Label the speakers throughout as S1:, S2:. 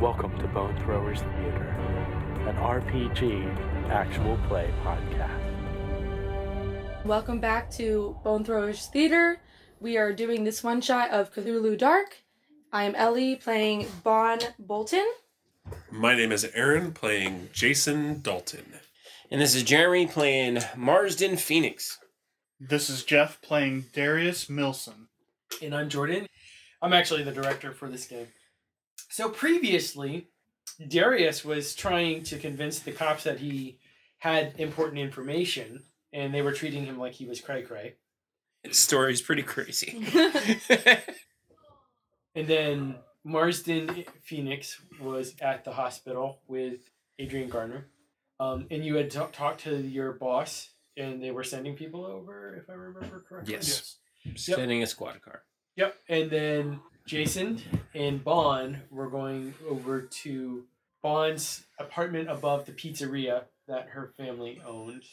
S1: Welcome to Bone Throwers Theater, an RPG actual play podcast.
S2: Welcome back to Bone Throwers Theater. We are doing this one shot of Cthulhu Dark. I am Ellie playing Bon Bolton.
S3: My name is Aaron, playing Jason Dalton.
S4: And this is Jeremy playing Marsden Phoenix.
S5: This is Jeff playing Darius Milson.
S6: And I'm Jordan. I'm actually the director for this game. So previously, Darius was trying to convince the cops that he had important information, and they were treating him like he was cray cray.
S4: His story's pretty crazy.
S6: And then Marsden Phoenix was at the hospital with Adrian Garner, um, and you had ta- talked to your boss, and they were sending people over, if I remember correctly.
S4: yes. Sending a squad car.
S6: Yep. And then Jason and Bon were going over to Bon's apartment above the pizzeria that her family owned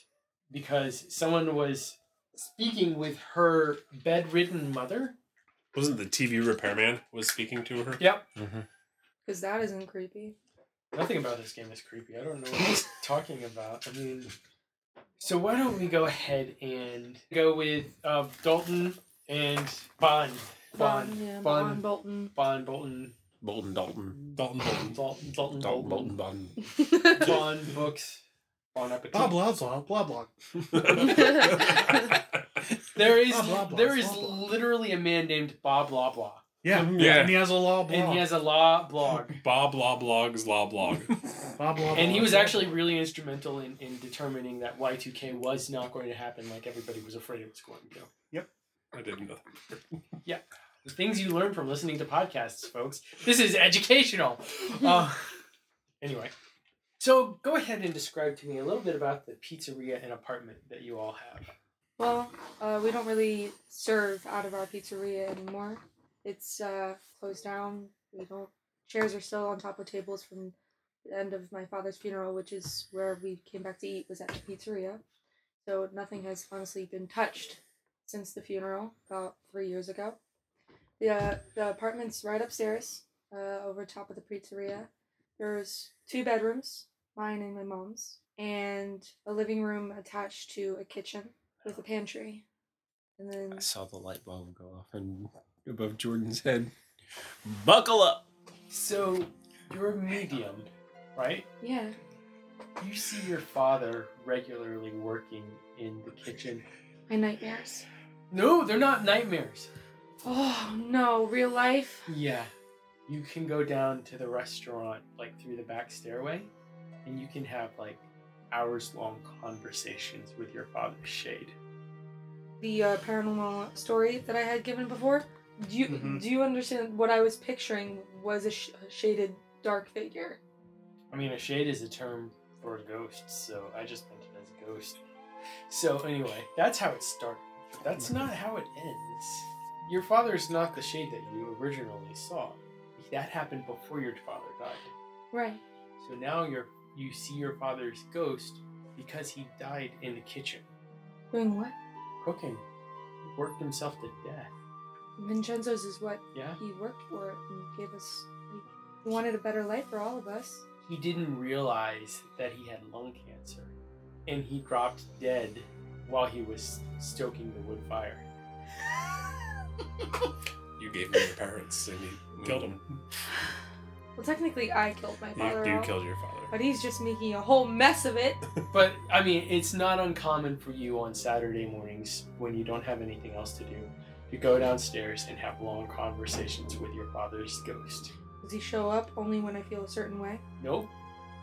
S6: because someone was speaking with her bedridden mother.
S3: Wasn't the TV repairman was speaking to her?
S6: Yep.
S2: Because that isn't creepy.
S6: Nothing about this game is creepy. I don't know what he's talking about. I mean, so why don't we go ahead and go with uh, Dalton and Bon.
S2: Bon, yeah, Bon,
S6: Bon,
S2: Bolton.
S6: Bon Bolton.
S4: Bolton Dalton.
S3: Dalton Bolton.
S6: Dalton.
S4: Dalton
S6: Dalton. Bolton.
S4: Bolton Bolton.
S6: Bon books. Bon appetit.
S5: Blah blah blah blah blah.
S6: There is
S5: Blah, blah, blah,
S6: there is
S5: blah, blah.
S6: literally a man named Bob Blah Blah,
S5: Yeah,
S3: Yeah.
S5: And he has a law blog.
S6: and he has a law blog,
S3: Bob Law Blogs Law Blog.
S5: blah, blah,
S6: and he
S5: blah,
S6: was
S5: blah.
S6: actually really instrumental in, in determining that Y two K was not going to happen, like everybody was afraid it was going to.
S3: I didn't know.
S6: The things you learn from listening to podcasts, folks. This is educational. Uh, anyway, so go ahead and describe to me a little bit about the pizzeria and apartment that you all have.
S2: Well, uh, we don't really serve out of our pizzeria anymore. It's uh, closed down. We don't. Chairs are still on top of tables from the end of my father's funeral, which is where we came back to eat, was at the pizzeria. So nothing has honestly been touched since the funeral about three years ago. The, uh, the apartment's right upstairs, uh, over top of the pizzeria. There's two bedrooms, mine and my mom's, and a living room attached to a kitchen with a pantry. And then
S4: I saw the light bulb go off and above Jordan's head. Buckle up.
S6: So you're a medium, right?
S2: yeah,
S6: You see your father regularly working in the kitchen
S2: my nightmares.
S6: No, they're not nightmares.
S2: Oh no, real life.
S6: Yeah. You can go down to the restaurant, like through the back stairway, and you can have like hours long conversations with your father's shade.
S2: The uh, paranormal story that I had given before. Do you
S5: Mhm.
S2: do you understand what I was picturing was a, sh- a shaded dark figure?
S6: I mean, a shade is a term for a ghost, so I just meant it as a ghost. So, anyway, that's how it started. That's not how it ends. Your father's not the shade that you originally saw. That happened before your father died.
S2: Right.
S6: So now you're you see your father's ghost because he died in the kitchen
S2: Doing what?
S6: cooking. He worked himself to death.
S2: Vincenzo's is what
S6: Yeah.
S2: he worked for and gave us. Like, he wanted a better life for all of us.
S6: He didn't realize that he had lung cancer, and he dropped dead while he was stoking the wood fire.
S3: You gave me your parents and you killed them.
S2: Well, technically, I killed my
S3: You,
S2: father.
S3: you
S2: off,
S3: killed your father.
S2: But he's just making a whole mess of it.
S6: But I mean, it's not uncommon for you on Saturday mornings when you don't have anything else to do to go downstairs and have long conversations with your father's ghost.
S2: Does he show up only when I feel a certain way?
S6: Nope.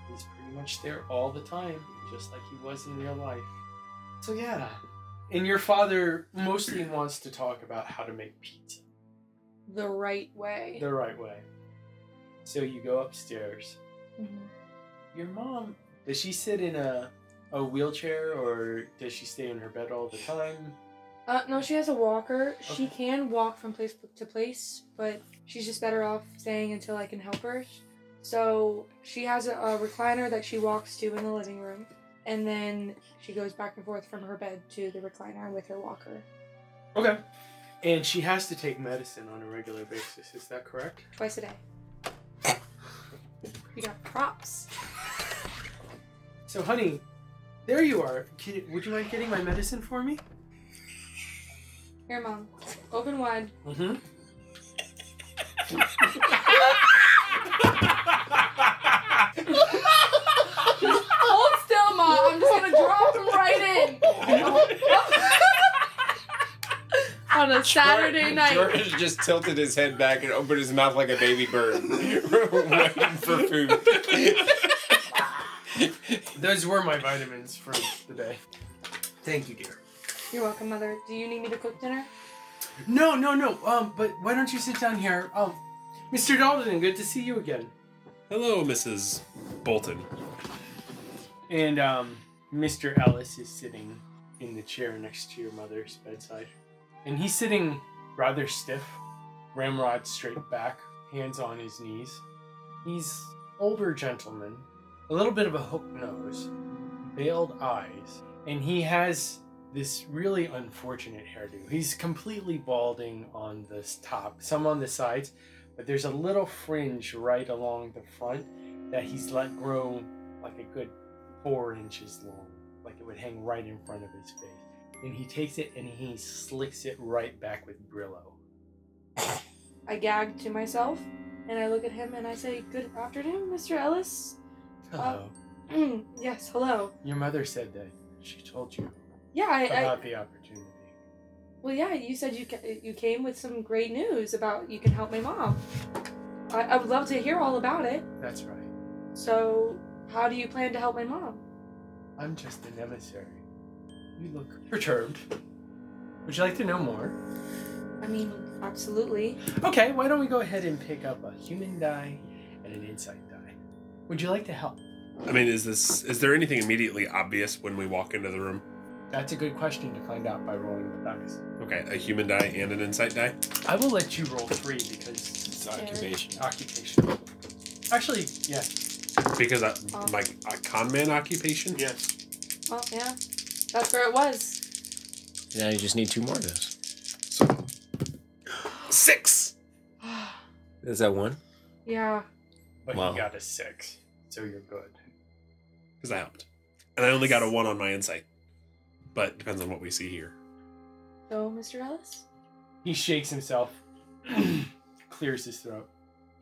S6: He's pretty much there all the time, just like he was in real life. So yeah. And your father mostly wants to talk about how to make pizza
S2: The right way.
S6: the right way. So you go upstairs
S2: Mm-hmm.
S6: Your mom, does she sit in a, a wheelchair or does she stay in her bed all the time?
S2: Uh, no, she has a walker. She can walk from place to place, but she's just better off staying until I can help her. So she has a, a recliner that she walks to in the living room, and then she goes back and forth from her bed to the recliner with her walker
S6: Okay. And she has to take medicine on a regular basis, is that correct?
S2: twice a day. You got props.
S6: So, honey, there you are. Can, would you mind getting my medicine for me?
S2: Here, mom. Open wide.
S6: Mm-hmm.
S2: Hold still, mom. I'm just gonna drop him right in. On a Saturday night.
S4: George just tilted his head back and opened his mouth like a baby bird, waiting for food.
S6: Those were my vitamins for the day. Thank you, dear.
S2: You're welcome, mother. Do you need me to cook dinner?
S6: No, no, no. Um, but why don't you sit down here? Um, Mr. Dalton, good to see you again.
S3: Hello, Mrs. Bolton.
S6: And um, Mr. Ellis is sitting in the chair next to your mother's bedside. And he's sitting rather stiff, ramrod straight back, hands on his knees. He's older gentleman, a little bit of a hook nose, veiled eyes, and he has this really unfortunate hairdo. He's completely balding on this top, some on the sides, but there's a little fringe right along the front that he's let grow like a good four inches long, like it would hang right in front of his face. And he takes it and he slicks it right back with Brillo.
S2: I gag to myself and I look at him and I say, Good afternoon, Mr. Ellis.
S6: Hello.
S2: Mm, yes, hello.
S6: Your mother said that she told you
S2: Yeah, I, I.
S6: about the opportunity.
S2: Well, yeah, you said you, ca- you came with some great news about you can help my mom. I, I would love to hear all about it.
S6: That's right.
S2: So, how do you plan to help my mom?
S6: I'm just an emissary. You look perturbed. Would you like to know more?
S2: I mean, absolutely.
S6: Okay, why don't we go ahead and pick up a human die and an insight die? Would you like to help?
S3: I mean, is this is there anything immediately obvious when we walk into the room?
S6: That's a good question to find out by rolling the dice.
S3: Okay, a human die and an insight die.
S6: I will let you roll three because
S4: It's occupation.
S6: occupation. Actually, yeah.
S3: Because I, my a con man occupation.
S5: Yes.
S2: Well, yeah, that's where it was.
S4: Now you just need two more of those.
S3: Six.
S4: Is that one?
S2: yeah.
S6: But
S4: Wow.
S6: you got a six, so you're good.
S3: Because I helped, and I only got a one on my insight. But depends on what we see here.
S2: So, Mr. Ellis?
S6: He shakes himself, clears his throat,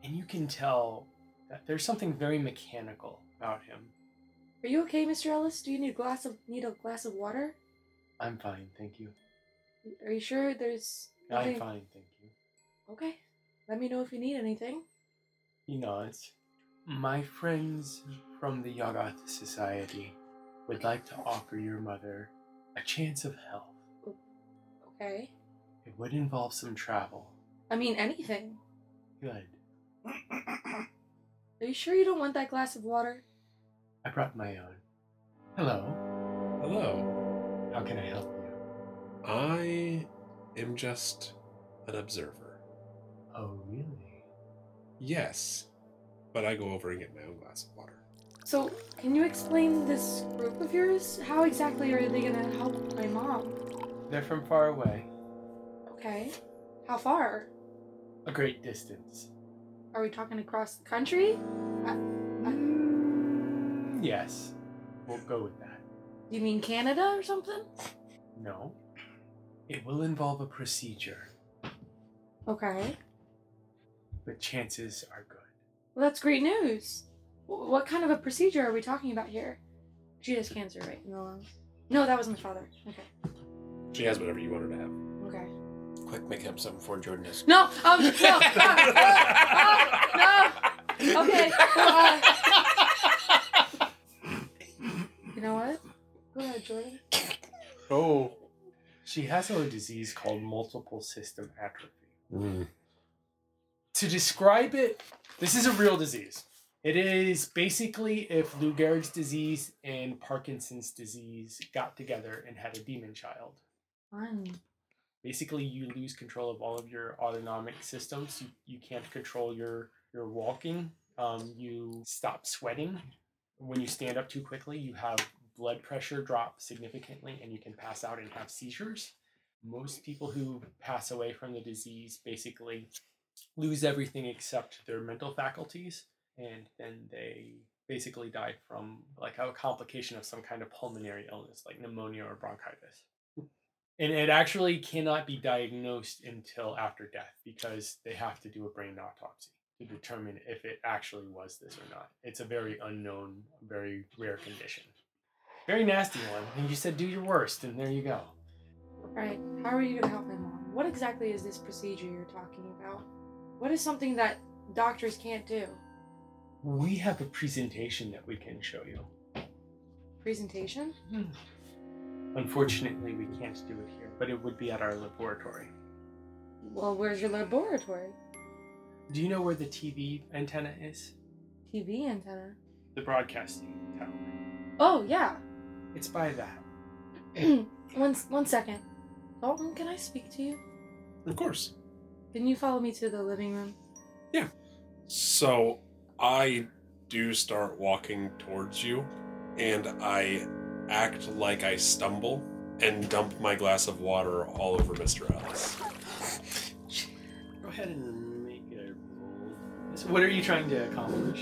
S6: and you can tell that there's something very mechanical about him.
S2: Are you okay, Mr. Ellis? Do you need a glass of need a glass of water?
S6: I'm fine, thank you.
S2: Are you sure there's
S6: I'm
S2: nothing?
S6: fine, thank you.
S2: Okay. Let me know if you need anything.
S6: He nods. My friends from the Yagath Society would like to offer your mother a chance of health.
S2: Okay.
S6: It would involve some travel.
S2: I mean anything.
S6: Good.
S2: Are you sure you don't want that glass of water?
S6: I brought my own. Hello.
S3: Hello.
S6: How can I help you?
S3: I am just an observer.
S6: Oh, really?
S3: Yes, but I go over and get my own glass of water.
S2: So, can you explain this group of yours? How exactly are they gonna help my mom?
S6: They're from far away,
S2: Okay. How far?
S6: a great distance.
S2: Are we talking across the country? I, I,
S6: Yes, we'll go with that.
S2: you mean Canada or something?
S6: No, it will involve a procedure,
S2: Okay.
S6: but chances are good.
S2: Well, that's great news. W- what kind of a procedure are we talking about here? She has cancer, right? In the lungs. No, that was my father. Okay.
S3: She has whatever you want her to have.
S2: Okay.
S4: Quick, make up something for Jordan is.
S2: No, um, no, ah, ah, no. Okay. uh, you know what? Go ahead, Jordan.
S6: Oh, she has a disease called multiple system atrophy. To describe it, this is a real disease. It is basically if Lou Gehrig's disease and Parkinson's disease got together and had a demon child.
S2: Fun.
S6: Basically, you lose control of all of your autonomic systems. You, you can't control your your walking. Um, you stop sweating. When you stand up too quickly, you have blood pressure drop significantly, and you can pass out and have seizures. Most people who pass away from the disease basically lose everything except their mental faculties and then they basically die from like a complication of some kind of pulmonary illness like pneumonia or bronchitis and it actually cannot be diagnosed until after death because they have to do a brain autopsy to determine if it actually was this or not it's a very unknown very rare condition very nasty one and you said do your worst and there you go
S2: All right. How are you gonna help my mom? What exactly is this procedure you're talking about? What is something that doctors can't do?
S6: we have a presentation that we can show you
S2: Presentation?
S6: Unfortunately, we can't do it here, but it would be at our laboratory.
S2: Well, where's your laboratory?
S6: Do you know where the TV antenna is?
S2: TV antenna.
S6: The broadcasting tower.
S2: Oh yeah.
S6: It's by that.
S2: one one second. Dalton, can I speak to you?
S3: Of course.
S2: Can you follow me to the living room?
S3: So I do start walking towards you, and I act like I stumble and dump my glass of water all over Mr. Ellis.
S6: Go ahead and make a roll. So what are you trying to accomplish?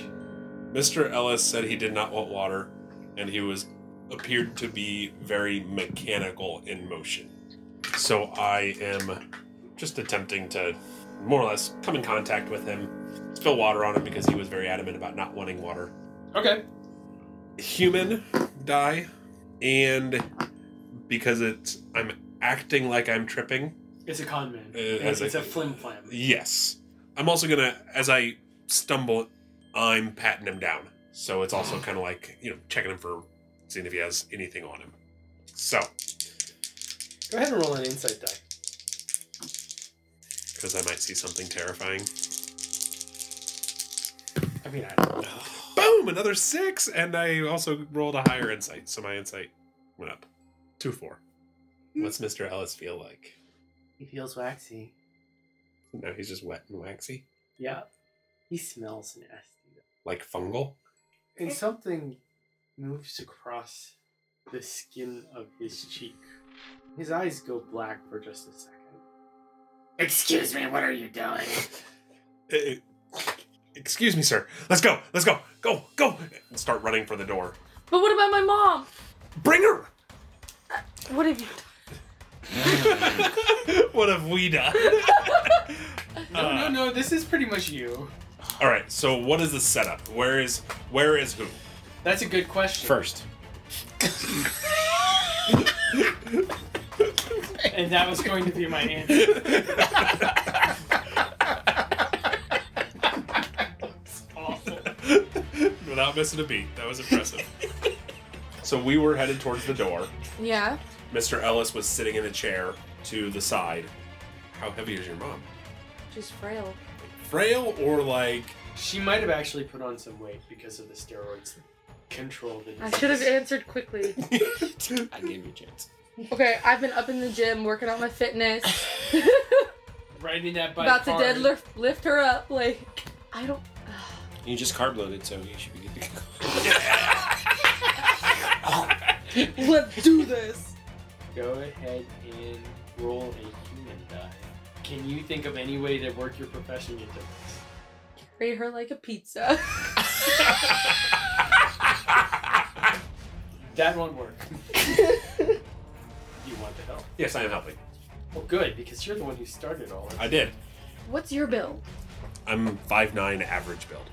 S3: Mr. Ellis said he did not want water, and he was appeared to be very mechanical in motion. So I am just attempting to more or less come in contact with him, spill water on him because he was very adamant about not wanting water.
S6: Okay.
S3: human die and because it's I'm acting like I'm tripping.
S6: It's a con man.
S3: Uh,
S6: it's
S3: as
S6: it's
S3: I-
S6: a flim flam.
S3: Yes. I'm also going to as I stumble I'm patting him down. So it's also kind of like, you know, checking him for seeing if he has anything on him. So,
S6: Go ahead and roll an insight die.
S3: cuz I might see something terrifying.
S6: I mean, I don't
S3: Boom, another 6 and I also rolled a higher insight. So my insight went up. 2 4. What's Mr. Ellis feel like?
S6: He feels waxy.
S3: No, he's just wet and waxy,
S6: Yeah. He smells nasty.
S3: like fungal.
S6: And something moves across the skin of his cheek. His eyes go black for just a second.
S7: Excuse me, what are you doing?
S3: Eh, eh, excuse me, sir. Let's go. Let's go. Go. Go. And start running for the door.
S2: But what about my mom?
S3: Bring her.
S2: What have you done?
S3: what have we done? Uh,
S6: No, no, no, this is pretty much you.
S3: All right. So what is the setup? Where is where is who?
S6: That's a good question.
S7: First.
S6: And that was going to be my answer.
S3: Without missing a beat. That was impressive. so we were headed towards the door.
S2: Yeah.
S3: Mr. Ellis was sitting in a chair to the side. How heavy is your mom?
S2: Just frail.
S3: Frail or like
S6: She might have actually put on some weight because of the steroids that control the
S2: I
S6: disease.
S2: should have answered quickly.
S7: I gave you a chance.
S2: Okay, I've been up in the gym working on my fitness.
S6: Riding that bike
S2: about to
S6: hard.
S2: deadlift lift her up. Like I don't
S7: You just carb loaded, so you should be good to go.
S2: let's do this.
S6: Go ahead and roll a human die. Can you think of any way to work your profession into this?
S2: Carry her like a pizza.
S6: That won't work. you want the help?
S3: Yes, I am helping.
S6: Well, good, because you're the one who started all of
S3: I
S6: it.
S3: did.
S2: What's your bill?
S3: I'm 5'9 average build.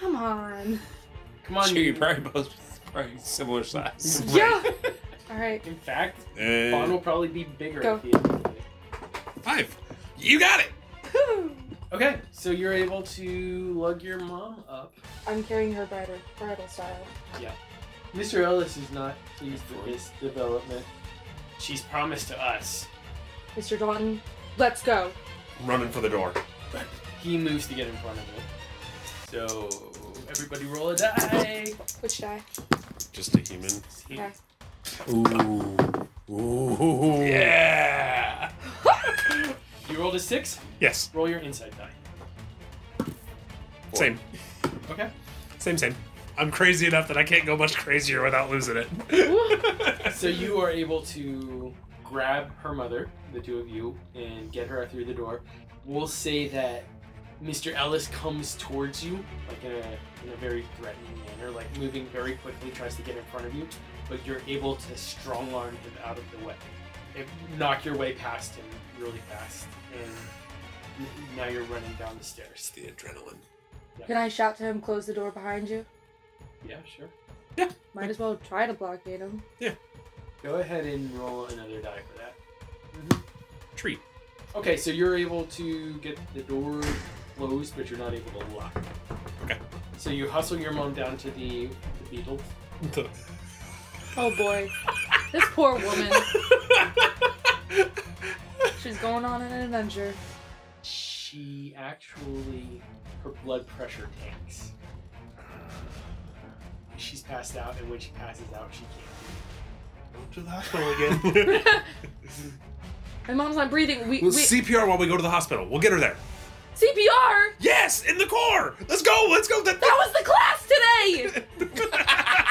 S2: Come on.
S6: Come on,
S7: Sure, you're probably both probably similar size.
S2: Yeah. All right.
S6: In fact,
S3: Uh,
S6: Bond will probably be bigger
S2: Go.
S6: at the end of the day.
S3: Five. You got it.
S6: Okay, so you're able to lug your mom up.
S2: I'm carrying her bridal bridal style.
S6: Mr. Ellis is not pleased with this development. She's promised to us.
S2: Mr. Dalton, let's go.
S3: I'm running for the door.
S6: He moves to get in front of it. So Everybody roll a die.
S2: Which die?
S3: Just a human.
S2: Okay.
S7: Ooh. Ooh.
S3: Yeah.
S6: You rolled a six.
S3: Yes.
S6: Roll your inside die.
S3: Same.
S6: Okay.
S3: Same. Same. I'm crazy enough that I can't go much crazier without losing it.
S6: So you are able to grab her mother, the two of you, and get her out through the door. We'll say that Mr. Ellis comes towards you, like in a, in a very threatening manner, like moving very quickly, tries to get in front of you, but you're able to strong arm him out of the way. It, knock your way past him really fast, and n- now you're running down the stairs.
S3: the adrenaline.
S2: Can I shout to him, close the door behind you?
S6: Yeah, sure.
S2: Might as well try to blockade him.
S6: Go ahead and roll another die for that.
S3: Treat.
S6: Okay, so you're able to get the door closed, but you're not able to lock. it.
S3: Okay.
S6: So you hustle your mom down to the, the beetle.
S2: Oh boy. this poor woman. She's going on an adventure.
S6: She actually, her blood pressure tanks. Uh, She's passed out, and when she passes out, she can't.
S5: Go to the hospital again.
S2: My mom's not breathing. We,
S3: We'll
S2: we
S3: CPR while we go to the hospital. We'll get her there.
S2: CPR.
S3: Yes, in the core. Let's go. Let's go.
S2: That was the class today.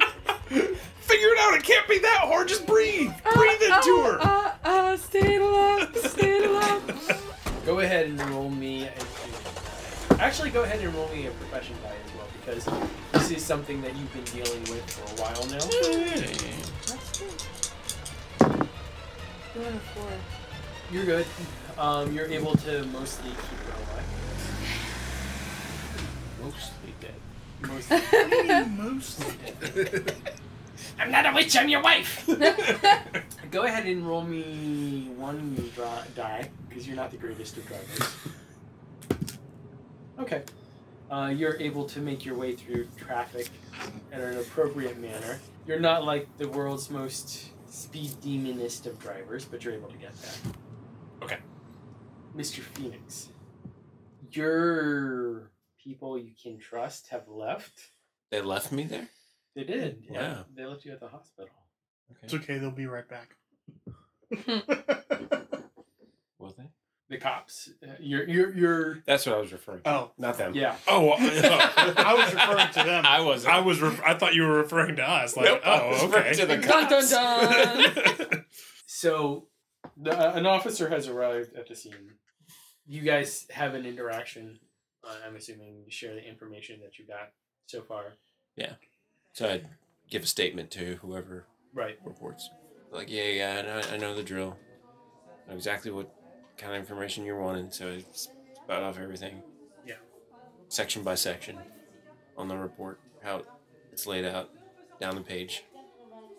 S3: Figure it out. It can't be that hard. Just breathe. breathe
S2: Uh,
S3: into her.
S2: Uh, uh, stay alive. Stay alive.
S6: Go ahead and roll me. An, actually, go ahead and roll me a profession die as well, because this is something that you've been dealing with for a while now.
S2: That's true. Two and a four.
S6: You're good. Um, you're able to mostly keep her alive. Mostly dead. Mostly.
S5: Mostly.
S7: I'm not a witch, I'm your wife!
S6: Go ahead and roll me one new draw, die because you're not the greatest of drivers. Okay. Uh, you're able to make your way through traffic in an appropriate manner. You're not like the world's most speed demonist of drivers, but you're able to get that.
S3: Okay.
S6: Mr. Phoenix, your people you can trust have left.
S7: They left me there?
S6: They did. Yeah.
S7: Wow.
S6: They left you at the hospital.
S5: It's okay. They'll be right back.
S7: Will they?
S6: The cops. Uh, You're you're you're.
S7: That's what I was referring to.
S5: oh,
S7: Not them.
S6: Yeah.
S3: Oh,
S5: I was referring to them.
S7: I was.
S3: I was. Re- I thought you were referring to us. Like,
S7: Nope, I was
S3: oh,
S7: referring
S3: okay.
S7: to the
S2: Dun dun dun.
S6: So, the, uh, an officer has arrived at the scene. You guys have an interaction. Uh, I'm assuming you share the information that you got so far.
S7: So I'd give a statement to whoever
S6: Right.
S7: reports. Like, yeah, yeah, I know, I know the drill. I know exactly what kind of information you're wanting, so it's about off everything.
S6: Yeah.
S7: Section by section on the report, how it's laid out down the page.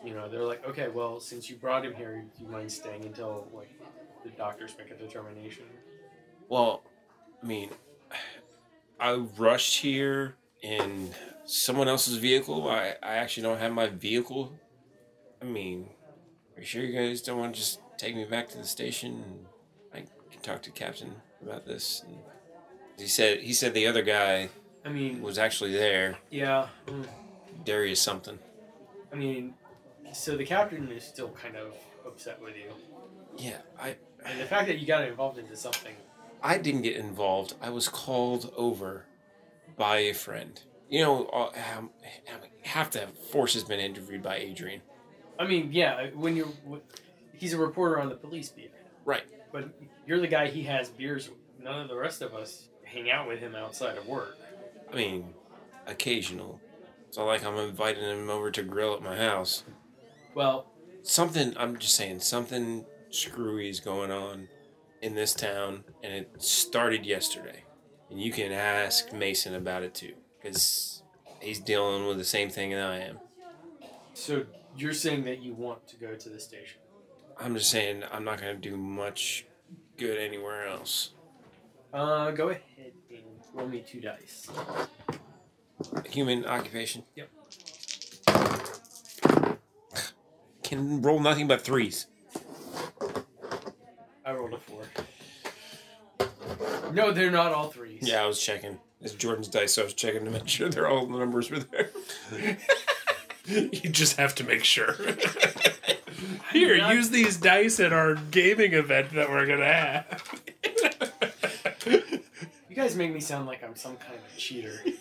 S6: You know, they're like, okay, well, since you brought him here, do you mind staying until like the doctors make a determination?
S7: Well, I mean, I rushed here in someone else's vehicle. I, I actually don't have my vehicle. I mean, are you sure you guys don't want to just take me back to the station? And I can talk to Captain about this. And he said he said the other guy
S6: I mean,
S7: was actually there,
S6: yeah. mm,
S7: Darius something.
S6: I mean, so the captain is still kind of upset with you,
S7: Yeah, I
S6: and the fact that you got involved into something.
S7: I didn't get involved. I was called over by a friend. You know, all- um, half the force has been interviewed by Adrian.
S6: I mean, yeah, when you're, when, he's a reporter on the police beat.
S7: Right.
S6: But you're the guy he has beers with. None of the rest of us hang out with him outside of work.
S7: I mean, occasional. It's not like I'm inviting him over to grill at my house.
S6: Well,
S7: Something, I'm just saying, something screwy is going on in this town, and it started yesterday. And you can ask Mason about it too, because he's dealing with the same thing that I am.
S6: so you're saying that you want to go to the station.
S7: I'm just saying, I'm not going to do much good anywhere else.
S6: Uh, go ahead and roll me two dice.
S7: Human occupation?
S6: Yep.
S7: Can roll nothing but threes.
S6: I rolled a four. No, they're not all threes.
S7: Yeah, I was checking. It's Jordan's dice, so I was checking to make sure they're all the numbers were there.
S3: You just have to make sure. Here, use these dice at our gaming event that we're gonna have.
S6: You guys make me sound like I'm some kind of cheater.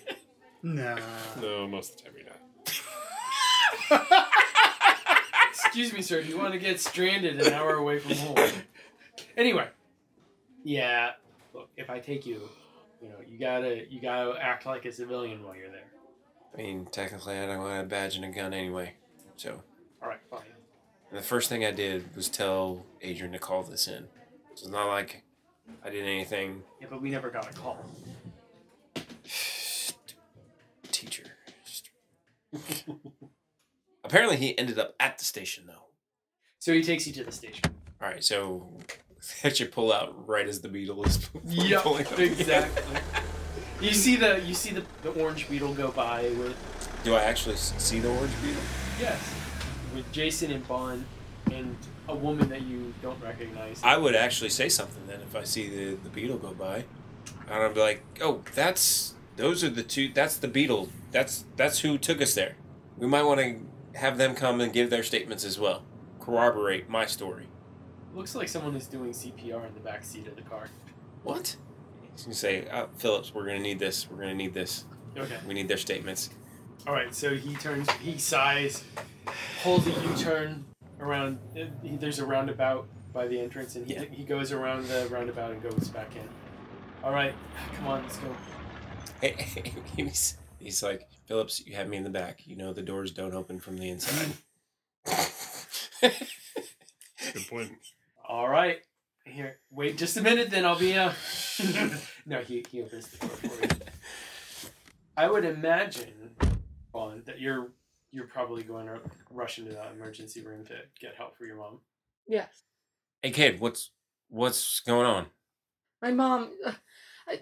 S5: Nah.
S3: no, most of the time you're not.
S6: Excuse me, sir. Do you want to get stranded an hour away from home? Anyway, yeah. Look, if I take you, you know, you gotta you gotta act like a civilian while you're there.
S7: I mean, technically, I don't want a badge and a gun anyway. So,
S6: All right, fine.
S7: and the first thing I did was tell Adrian to call this in. So it's not like I did anything.
S6: Yeah, but we never got a call.
S7: Teacher. Apparently, he ended up at the station, though.
S6: So he takes you to the station.
S7: All right, so that should pull out right as the beetle is
S6: Yep,
S7: pulling up.
S6: exactly. you see the you see the, the orange beetle go by with
S7: Do I actually s- see the orange beetle?
S6: yes with Jason and Bond and a woman that you don't recognize.
S7: I would actually say something then if I see the, the beetle go by. And I'd be like, oh, that's those are the two. That's the beetle. That's that's who took us there. We might want to have them come and give their statements as well, corroborate my story.
S6: Looks like someone is doing CPR in the back seat of the car.
S7: What? He's gonna say, oh, Phillips, we're gonna need this. We're gonna need this.
S6: Okay.
S7: We need their statements.
S6: All right. So he turns. He sighs, pulls a U-turn around. eh, There's a roundabout by the entrance, and he,
S7: Yeah.
S6: he goes around the roundabout and goes back in. All right. Come on. Let's go.
S7: he's, he's like, Phillips, you have me in the back. You know the doors don't open from the inside.
S3: Good point.
S6: All right. Here, wait just a minute, then I'll be. Uh... no, he, he opens the door for you. I would imagine, Vaughn, that you're you're probably going to rush into that emergency room to get help for your mom.
S2: Yes.
S7: hey kid, what's what's going on?
S2: My mom, I-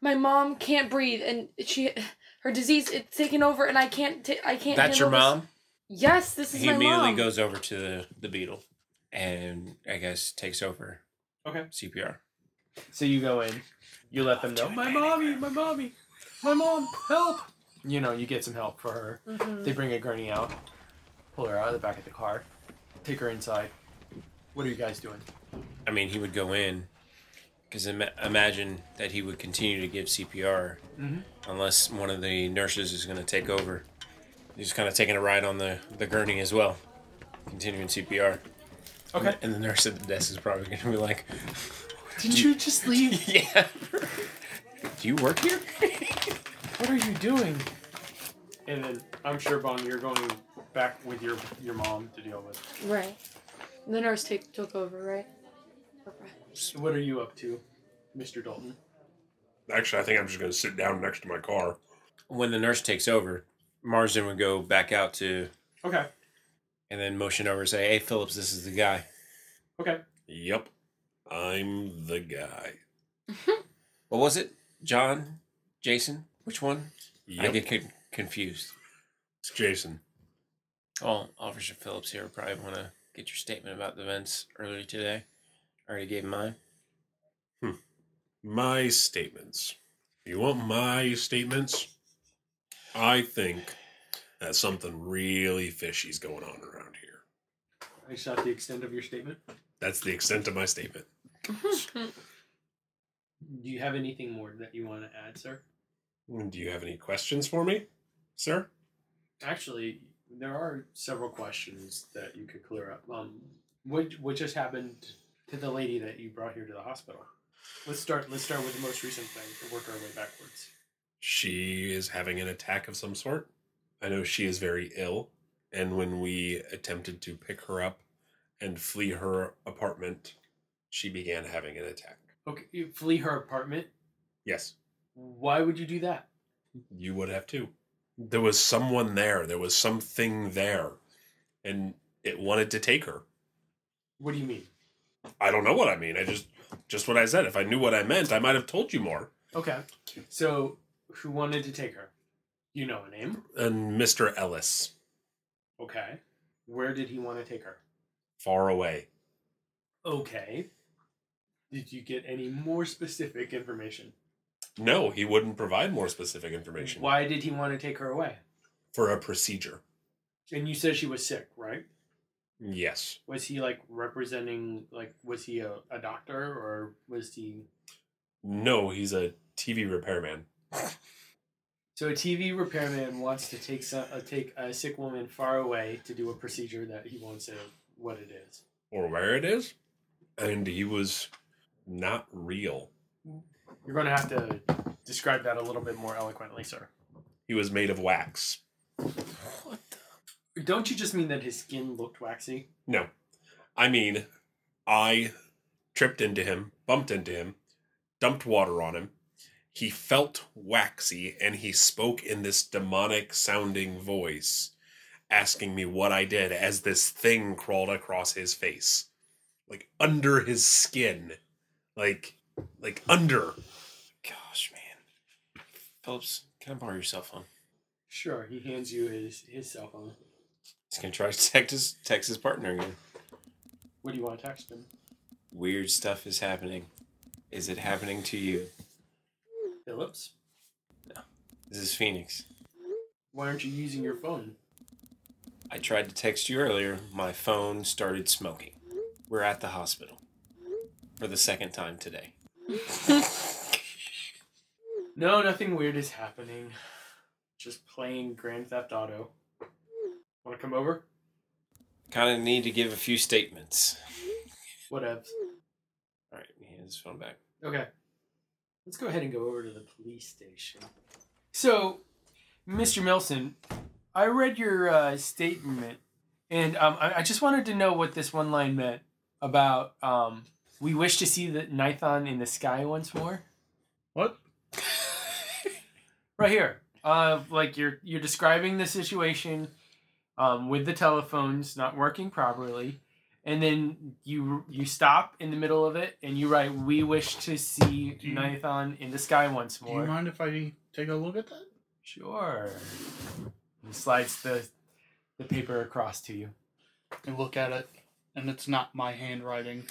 S2: my mom can't breathe, and she, her disease, it's taken over, and I can't, ta- I can't.
S7: That's your
S2: handle
S7: mom.
S2: this. Yes, this is
S7: he
S2: my
S7: immediately
S2: mom.
S7: goes over to the, the beetle and I guess takes over
S6: Okay.
S7: CPR.
S6: So you go in, you let them know, my mommy, my mommy, my mom, help. You know, you get some help for her.
S2: Mhm.
S6: They bring a gurney out, pull her out of the back of the car, take her inside. What are you guys doing?
S7: I mean, he would go in because Im- imagine that he would continue to give CPR
S6: Mhm.
S7: unless one of the nurses is going to take over. He's kind of taking a ride on the, the gurney as well, continuing CPR.
S6: Okay.
S7: And the nurse at the desk is probably going to be like,
S6: Didn't you just leave?
S7: Yeah. Do you work here?
S6: What are you doing? And then I'm sure, Bon, you're going back with your your mom to deal with.
S2: Right. The nurse take, took over, right? Okay.
S6: What are you up to, Mr. Dalton?
S3: Actually, I think I'm just gonna sit down next to my car.
S7: When the nurse takes over, Marsden would go back out to
S6: Okay.
S7: and then motion over and say, "Hey, Phillips, this is the guy."
S6: Okay.
S3: Yep, I'm the guy.
S7: What was it? John, Jason, which one? I
S3: Yep,
S7: get con- confused.
S3: it's Jason.
S7: Oh, Officer Phillips here. Probably want to get your statement about the events earlier today. I already gave mine.
S3: my statements. You want my statements? I think that something really fishy's going on around here.
S6: Is that the extent of your statement?
S3: That's the extent of my statement.
S6: Do you have anything more that you want to add, sir?
S3: Do you have any questions for me, sir?
S6: Actually, there are several questions that you could clear up. Um, what what just happened to the lady that you brought here to the hospital? Let's start. Let's start with the most recent thing and work our way backwards.
S3: She is having an attack of some sort. I know she is very ill, and when we attempted to pick her up and flee her apartment, she began having an attack.
S6: Okay, you flee her apartment.
S3: Yes,
S6: Why would you do that?
S3: you would have too. There was someone there, there was something there, and it wanted to take her.
S6: What do you mean?
S3: I don't know what I mean. I just just what I said. If I knew what I meant, I might have told you more.
S6: Okay. So, who wanted to take her? You know a name.
S3: And Mr. Ellis,
S6: Okay. Where did he want to take her?
S3: far away.
S6: Okay. Did you get any more specific information?
S3: No, he wouldn't provide more specific information
S6: Why did he want to take her away?
S3: for a procedure.
S6: And you said she was sick, right?
S3: Yes.
S6: Was he like representing, like, was he a, a doctor or was he.
S3: No, he's a TV repairman.
S6: So a TV repairman wants to take some, uh, take a sick woman far away to do a procedure that he won't say what it is.
S3: or where it is, and he was not real.
S6: You're going to have to describe that a little bit more eloquently, sir.
S3: He was made of wax.
S6: Don't you just mean that his skin looked waxy?
S3: No, I mean, I tripped into him, bumped into him, dumped water on him. He felt waxy, and he spoke in this demonic sounding voice, asking me what I did as this thing crawled across his face, like under his skin, like, like under.
S7: Gosh, man. Phillips, can I borrow your cell phone?
S6: Sure, he hands you his, his cell phone.
S7: He's gonna try to text his, text his partner again.
S6: What do you want to text him?
S7: Weird stuff is happening. Is it happening to you?
S6: Phillips?
S7: This is Phoenix.
S6: Why aren't you using your phone?
S7: I tried to text you earlier. My phone started smoking. We're at the hospital for the second time today.
S6: No, nothing weird is happening. Just playing Grand Theft Auto. Want to come over?
S7: Kind of need to give a few statements.
S6: Whatevs.
S7: All right, he hands his phone back.
S6: Okay. Let's go ahead and go over to the police station. So, Mr. Milson, I read your uh, statement, and um, I, I just wanted to know what this one line meant about um, we wish to see the Nithon in the sky once more.
S5: What?
S6: Right here, uh, like you're you're describing the situation um, with the telephones not working properly and then you you stop in the middle of it and you write we wish to see
S5: Do you-
S6: Nithon in the sky once
S5: Do you
S6: more
S5: mind if I take a look at that?
S6: sure he slides the the paper across to you
S5: I look at it, and it's not my handwriting.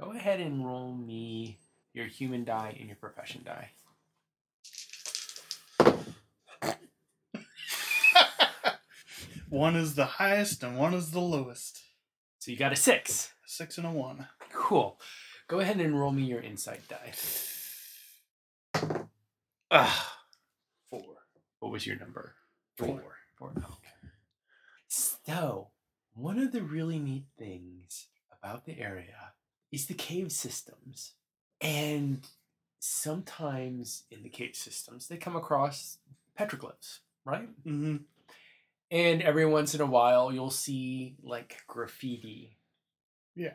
S6: go ahead and roll me your human die and your profession die
S5: One is the highest, and one is the lowest.
S6: so you got a six
S5: Six and a one.
S6: cool go ahead and roll me your insight die ah four what was your number
S5: Four.
S6: Four. Okay. So, one of the really neat things about the area is the cave systems. And sometimes in the cave systems, they come across petroglyphs, right?
S5: Mm-hmm.
S6: And every once in a while, you'll see like graffiti.
S5: Yeah.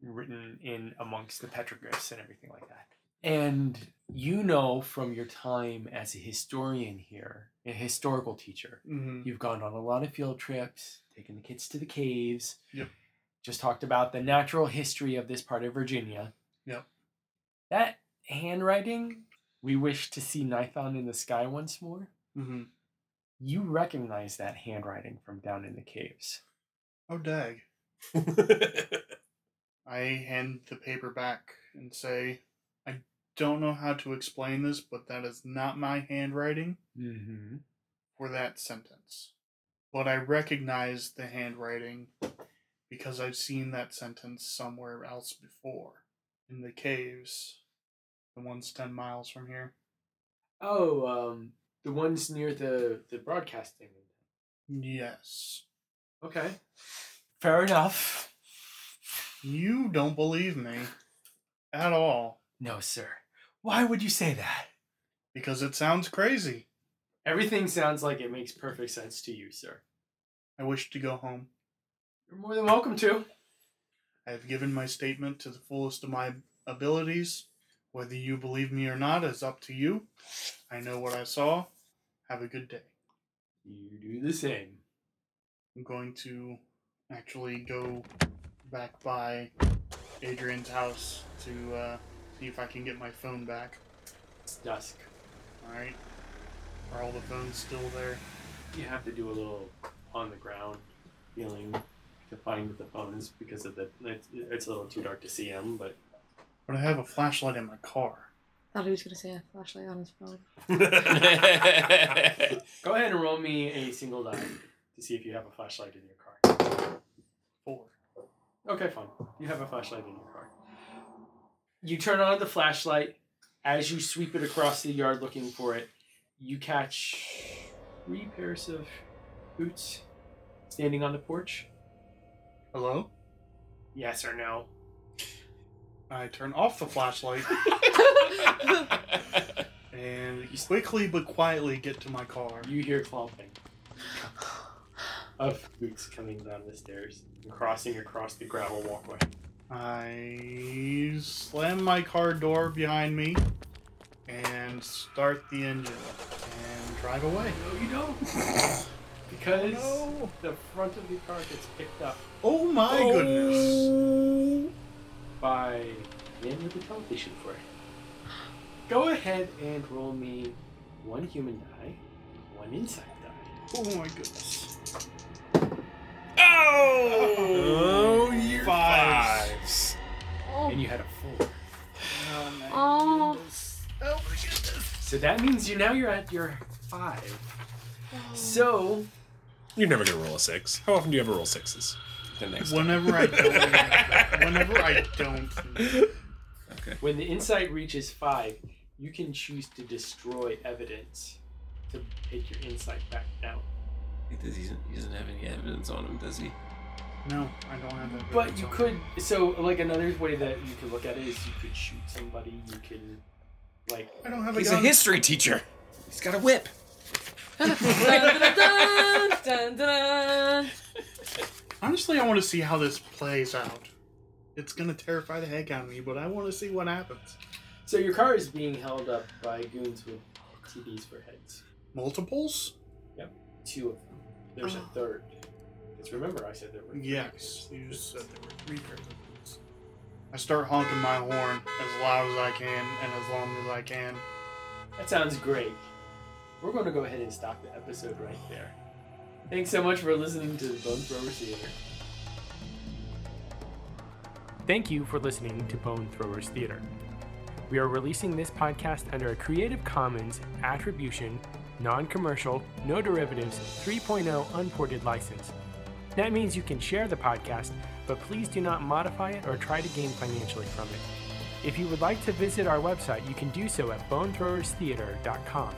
S6: Written in amongst the petroglyphs and everything like that. And you know from your time as a historian here, a historical teacher,
S5: Mm-hmm.
S6: You've gone on a lot of field trips, taken the kids to the caves.
S5: Yep.
S6: Just talked about the natural history of this part of Virginia.
S5: Yep.
S6: That handwriting, we wish to see Nithon in the sky once more.
S5: Mm-hmm.
S6: You recognize that handwriting from down in the caves.
S5: Oh, dag. I hand the paper back and say, I don't know how to explain this, but that is not my handwriting
S6: Mm-hmm.
S5: for that sentence. But I recognize the handwriting because I've seen that sentence somewhere else before in the caves, the ones 10 miles from here.
S6: Oh, um, the ones near the the broadcasting.
S5: Yes.
S6: Okay. Fair enough.
S5: You don't believe me at all
S6: No, sir. Why would you say that?
S5: because it sounds crazy.
S6: Everything sounds like it makes perfect sense to you, sir.
S5: I wish to go home.
S6: You're more than welcome to.
S5: I have given my statement to the fullest of my abilities. Whether you believe me or not is up to you. I know what I saw. Have a good day.
S6: You do the same.
S5: I'm going to actually go back by Adrian's house to uh, see if I can get my phone back.
S6: It's dusk.
S5: Alright? Are all the phones still there?
S6: You have to do a little on the ground feeling to find the phones because of the. It's, it's a little too dark to see them, but
S5: but I have a flashlight in my car.
S2: Thought he was gonna say a flashlight on his phone.
S3: Oh!
S6: Go ahead and roll me a single die to see if you have a flashlight in your car.
S5: Four.
S6: Okay, fine. You have a flashlight in your car. You turn on the flashlight. As you sweep it across the yard looking for it, you catch three pairs of boots standing on the porch.
S5: Hello?
S6: Yes or no?
S5: I turn off the flashlight and quickly but quietly get to my car.
S6: You hear clomping of boots coming down the stairs and crossing across the gravel walkway.
S5: I slam my car door behind me and start the engine and drive away.
S6: No, you don't. Because the front of the car gets picked up
S5: Oh my goodness.
S6: by the end of the television for it. Go ahead and roll me one human die, one insight die.
S5: Oh my goodness.
S3: Oh, you're
S5: Fives.
S3: fives.
S2: Oh,
S6: And you had a four.
S2: oh,
S6: So that means you now you're at your five. So
S3: You're never gonna roll a six. How often do you ever roll sixes?
S7: the next
S5: Whenever I don't whenever I don't
S6: when the insight reaches five, you can choose to destroy evidence to take your insight back down.
S7: He does- he doesn't, he doesn't have any evidence on him, does he?
S5: No, I don't have that.
S6: But you could. So, like another way that you could look at it is you could shoot somebody. You can, like,
S5: I don't have a
S7: He's a
S5: gun.
S7: history teacher. He's got a whip.
S2: dun, dun, dun, dun, dun.
S5: Honestly, I want to see how this plays out. It's gonna terrify the heck out of me, but I want to see what happens.
S6: so your car is being held up by goons with TVs for heads.
S5: Multiples?
S6: Two of them. There's
S2: Oh.
S6: a third. Because remember, I said there were. three
S5: Yes.
S6: goons.
S5: You said there were three pairs of boots. I start honking my horn as loud as I can and as long as I can.
S6: That sounds great. We're going to go ahead and stop the episode right there. Thanks so much for listening to the Bone Thrower Theater. Thank you for listening to Bone Throwers Theater. We are releasing this podcast under a Creative Commons Attribution, Non Commercial, No Derivatives 3.0 Unported license. That means you can share the podcast, but please do not modify it or try to gain financially from it. If you would like to visit our website, you can do so at bonethrowerstheater.com.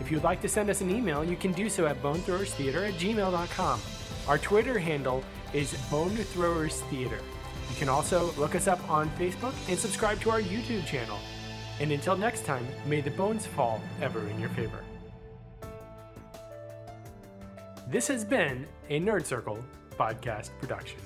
S6: If you would like to send us an email, you can do so at bonethrowerstheater at gmail.com. Our Twitter handle is bonethrowerstheater. You can also look us up on Facebook and subscribe to our YouTube channel. And until next time, may the bones fall ever in your favor. This has been a Nerd Circle podcast production.